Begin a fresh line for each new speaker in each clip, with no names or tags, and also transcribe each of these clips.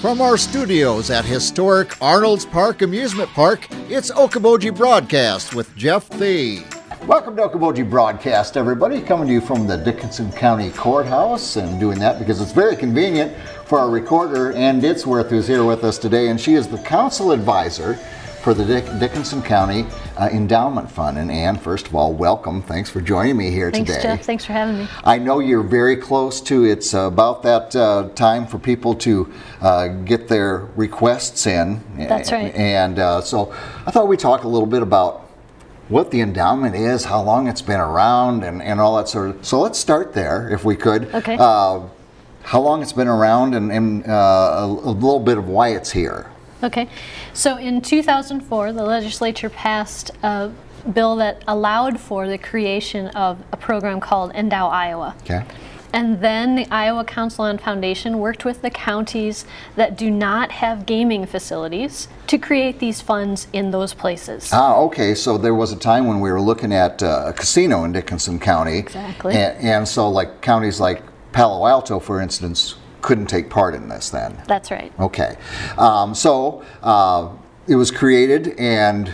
From our studios at historic Arnold's Park Amusement Park, it's Okoboji Broadcast with Jeff Thee. Welcome to Okoboji Broadcast, everybody. Coming to you from the Dickinson County Courthouse and doing that because it's very convenient for our recorder, Ann Ditzworth, who's here with us today, and she is the council advisor for the Dick- Dickinson County uh, Endowment Fund. And Ann, first of all, welcome. Thanks for joining me here
Thanks,
today.
Jeff. Thanks for having me.
I know you're very close to it's about that uh, time for people to uh, get their requests in.
That's right.
And uh, so I thought we'd talk a little bit about what the endowment is, how long it's been around, and, and all that sort of. So let's start there if we could.
Okay.
Uh, how long it's been around and, and uh, a, a little bit of why it's here.
Okay. So in 2004, the legislature passed a bill that allowed for the creation of a program called Endow Iowa.
Okay.
And then the Iowa Council on Foundation worked with the counties that do not have gaming facilities to create these funds in those places.
Ah, okay. So there was a time when we were looking at uh, a casino in Dickinson County.
Exactly.
A- And, so, like counties like Palo Alto, for instance, couldn't take part in this then.
That's right.
Okay. Um, so uh, it was created, and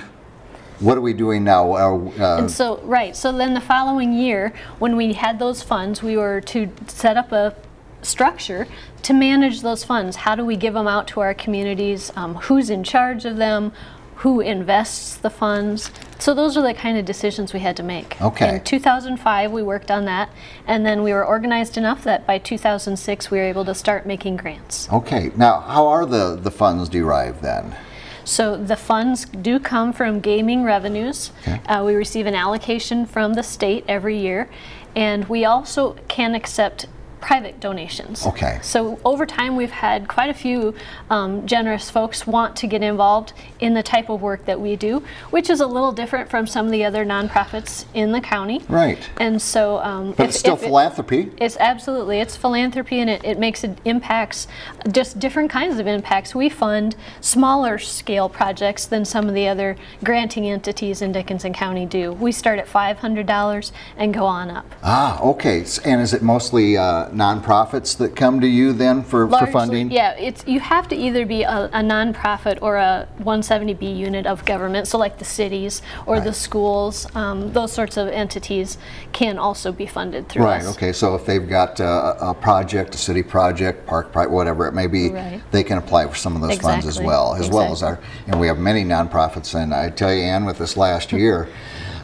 what are we doing now? Are, uh,
And so, right, so then the following year, when we had those funds, we were to set up a structure to manage those funds. How do we give them out to our communities? Um, who's in charge of them? Who invests the funds? So those are the kind of decisions we had to make.
Okay.
In 2005, we worked on that, and then we were organized enough that by 2006, we were able to start making grants.
uh, okay. Now, how are the, the funds derived then?
So the funds do come from gaming revenues. Uh, we receive an allocation from the state every year, and we also can accept private donations.
Okay.
So over time, we've had quite a few um, generous folks want to get involved in the type of work that we do, which is a little different from some of the other nonprofits in the county.
Right.
And so, um,
But
if-
it's still
if it-
philanthropy.
it's absolutely it's philanthropy and it, it makes it impacts just different kinds of impacts we fund smaller scale projects than some of the other granting entities in dickinson county do we start at $500 and go on up
ah, okay. S- And is it mostly uh, nonprofits that come to you then for, for
Largely-
funding?
yeah it's you have to either be a, a nonprofit or a 170b unit of government so like the cities or the schools um, those sorts of entities can also be funded through
Right.
us
Okay. So if they've got uh, a project, a city project, park, pri- whatever it may be,
Right.
they can apply for some of those funds as
Exactly,
well, as well as our. And we have many nonprofits. And I tell you, Ann, with this last year,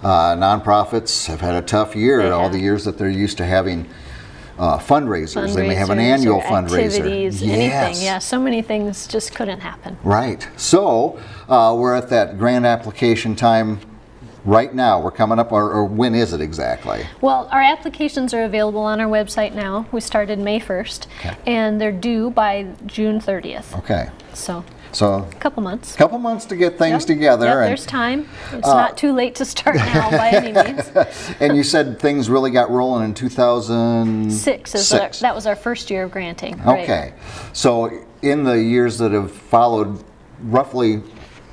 uh, nonprofits have had a tough year.
They
all the
have.
years that they're used to having. Uh, fundraisers. They may have an
fundraisers
annual
or
fundraiser.
Activities,
Yes.
anything. Yeah, so many things just couldn't happen.
Right. So uh, we're at that grant application time right now. We're coming up, or, or when is it exactly?
Well, our applications are available on our website now. We started May 1st, and they're due by June 30th.
Okay.
So,
So
a couple months.
a couple months to get things
Yep,
together.
yep,
and, uh,
there's time. It's not too late to start now by any means.
and you said things really got rolling in 2006.
Six is our,
Six.
that was our first year of granting. right.
Okay. So in the years that have followed, roughly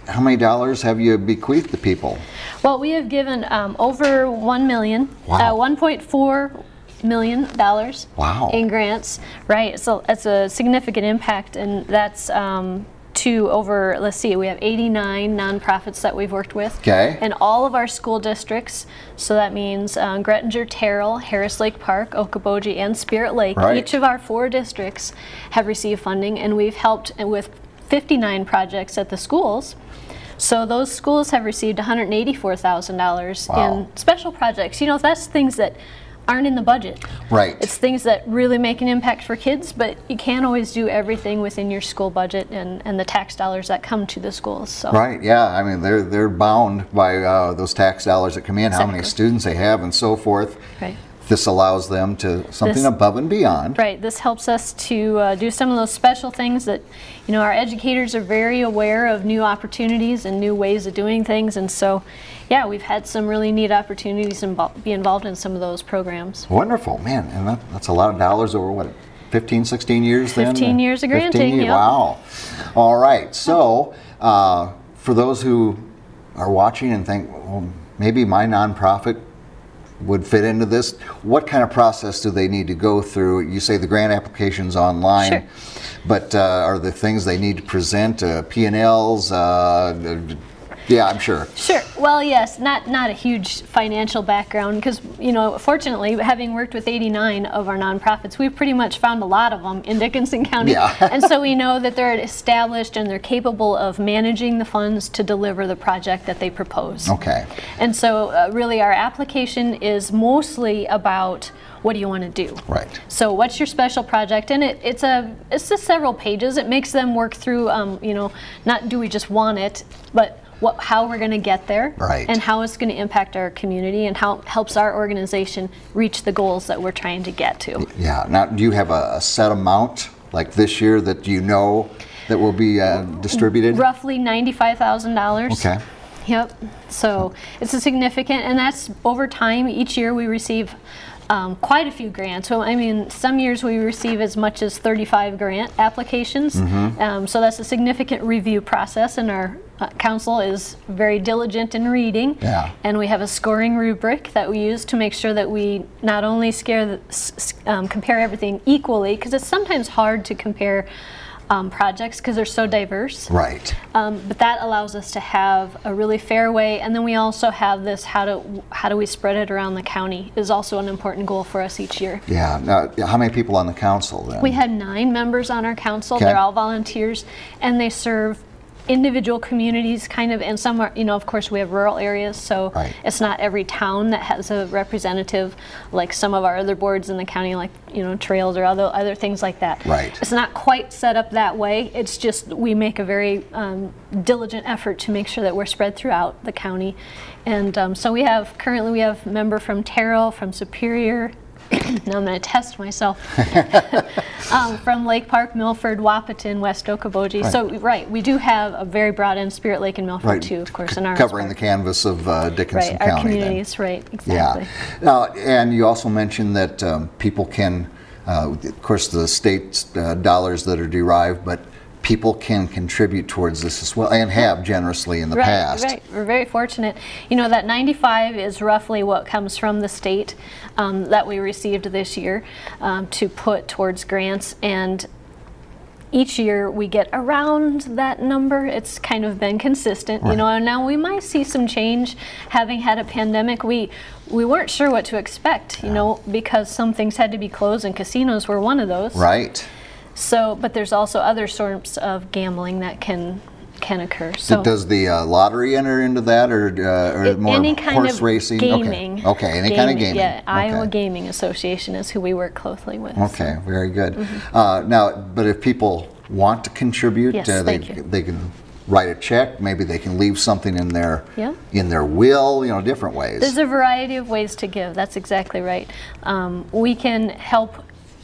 how many dollars have you bequeathed to people?
Well, we have given um, over one million,
Wow.
uh, 1.4 million dollars
Wow.
in grants. Right, so that's a significant impact, and that's. Um, to over, let's see, we have 89 nonprofits that we've worked with.
Okay.
And all of our school districts. So that means um, Grettinger, Terrell, Harris Lake Park, Okoboji, and Spirit Lake.
Right.
Each of our four districts have received funding, and we've helped with 59 projects at the schools. So those schools have received $184,000
Wow.
in special projects. You know, that's things that aren't in the budget.
Right.
It's things that really make an impact for kids, but you can't always do everything within your school budget and, and the tax dollars that come to the schools. So
Right, yeah. I mean, they're they're bound by uh, those tax dollars that come in, how many
Exactly.
students they have, and so forth.
Right.
This allows them to something
This-
above and beyond.
Right, this helps us to uh, do some of those special things that, you know, our educators are very aware of new opportunities and new ways of doing things. And so, yeah, we've had some really neat opportunities and be involved in some of those programs.
Wonderful, man. And that, that's a lot of dollars over what, 15, 16 years then?
15 years of
15
granting,
years,
yeah.
Wow. All right. So, uh, for those who are watching and think, well, maybe my nonprofit would fit into this? What kind of process do they need to go through? You say the grant application's online,
Sure.
but uh, are there things they need to present, uh, P&Ls? Uh, yeah, I'm sure.
Sure. Well, yes, not not a huge financial background because you know, fortunately, having worked with 89 of our nonprofits, we've pretty much found a lot of them in Dickinson County,
Yeah.
and so we know that they're established and they're capable of managing the funds to deliver the project that they propose.
Okay.
And so, uh, really, our application is mostly about what do you want to do.
Right.
So, what's your special project? And it, it's a it's just several pages. It makes them work through, um, you know, not do we just want it, but what how we're going to get there,
Right.
And how it's going to impact our community, and how it helps our organization reach the goals that we're trying to get to.
Yeah. Now, do you have a, a set amount like this year that you know that will be uh, distributed?
Roughly ninety-five thousand dollars.
Okay.
Yep. So it's a significant, and that's over time. Each year we receive um, quite a few grants. So I mean, some years we receive as much as 35 grant applications. Um, so that's a significant review process, and our uh, council is very diligent in reading.
Yeah.
And we have a scoring rubric that we use to make sure that we not only scare the, s- s- um, compare everything equally, because it's sometimes hard to compare um, projects because they're so diverse.
Right.
Um, but that allows us to have a really fair way, and then we also have this how do how do we spread it around the county is also an important goal for us each year.
Yeah. Now, how many people on the council then?
We had nine members on our council.
Okay.
They're all volunteers, and they serve individual communities, kind of. And some are, you know, of course, we have rural areas, so
Right.
it's not every town that has a representative, like some of our other boards in the county, like you know, trails or other other things like that.
Right.
It's not quite set up that way. It's just we make a very um, diligent effort to make sure that we're spread throughout the county, and um, so we have currently we have member from Terrell, from Superior. now I'm going to test myself um, from Lake Park, Milford, Wapaton, West Okoboji. So, right, we do have a very broad end Spirit Lake and Milford
Right.
too, of course,
c-
in our
covering the canvas of uh, Dickinson
right,
County.
our
then.
communities, right, exactly.
Yeah. Now, and you also mentioned that um, people can, uh, of course, the state uh, dollars that are derived, but people can contribute towards this as well and have generously in the
Right,
past.
right. We're very fortunate. You know that 95 is roughly what comes from the state um, that we received this year um, to put towards grants, and each year we get around that number. It's kind of been consistent, you know. And now we might see some change. Having had a pandemic, we we weren't sure what to expect, you know, because some things had to be closed, and casinos were one of those.
Right.
So, but there's also other sorts of gambling that can can occur. So.
But Does the uh, lottery enter into that, or, uh, or
A-
more
any kind
horse
of
racing? Okay.
gaming.
Okay. any kind of gaming.
Yeah, Iowa
okay.
Gaming Association is who we work closely with.
Okay, very good. Uh, now, but if people want to contribute,
Mm-hmm. Yes,
uh, they,
thank you.
they can write a check. Maybe they can leave something in their
Yeah.
in their will. You know, different ways.
There's a variety of ways to give. That's exactly right. Um, we can help.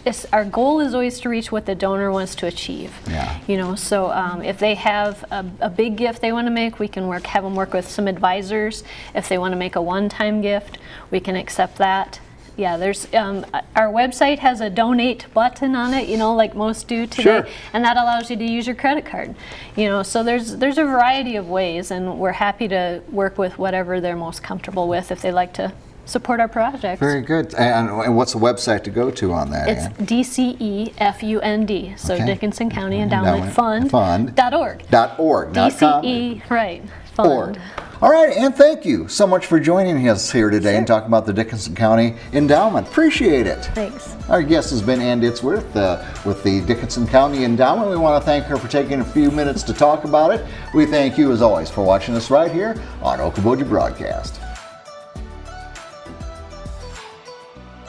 It's, our goal is always to reach what the donor wants to achieve.
Yeah.
You know, so um, if they have a, a big gift they want to make, we can work have them work with some advisors. If they want to make a one-time gift, we can accept that. Yeah, there's um, uh, our website has a donate button on it. You know, like most do today,
Sure.
and that allows you to use your credit card. You know, so there's there's a variety of ways, and we're happy to work with whatever they're most comfortable with if they like to support our projects.
Very good. And, and what's the website to go to on that?
It's E
Ann?
DCEFUND, so
Okay.
Dickinson County
Endowment
Endowment Fund.
Fund.
Dot org.
dot org, not com.
DCE, right,
Org.
E fund.
All right, and thank you so much for joining us here today and talking about the Dickinson County Endowment. Appreciate it.
Thanks.
Our guest has been Ann Ditzworth uh, with the Dickinson County Endowment. We want to thank her for taking a few minutes to talk about it. We thank you, as always, for watching us right here on Okoboji Broadcast.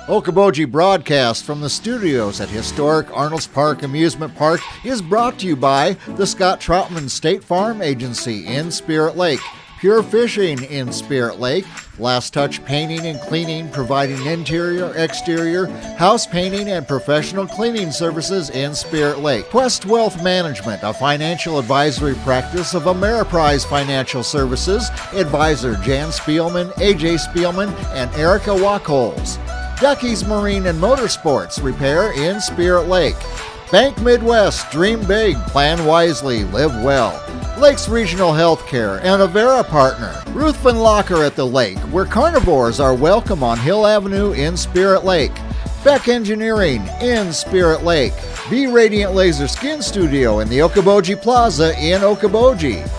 Okoboji Broadcast from the studios at historic Arnold's Park Amusement Park is brought to you by the Scott Troutman State Farm Agency in Spirit Lake, Pure Fishing in Spirit Lake, Last Touch Painting and Cleaning providing interior, exterior, house painting, and professional cleaning services in Spirit Lake, Quest Wealth Management, a financial advisory practice of Ameriprise Financial Services, advisor Jan Spielman, AJ Spielman, and Erica Wachholz. Ducky's Marine and Motorsports Repair in Spirit Lake. Bank Midwest, dream big, plan wisely, live well. Lakes Regional Healthcare, and Avera Partner. Ruth Van Locker at the Lake, where carnivores are welcome on Hill Avenue in Spirit Lake. Beck Engineering in Spirit Lake. B Radiant Laser Skin Studio in the Okoboji Plaza in Okoboji.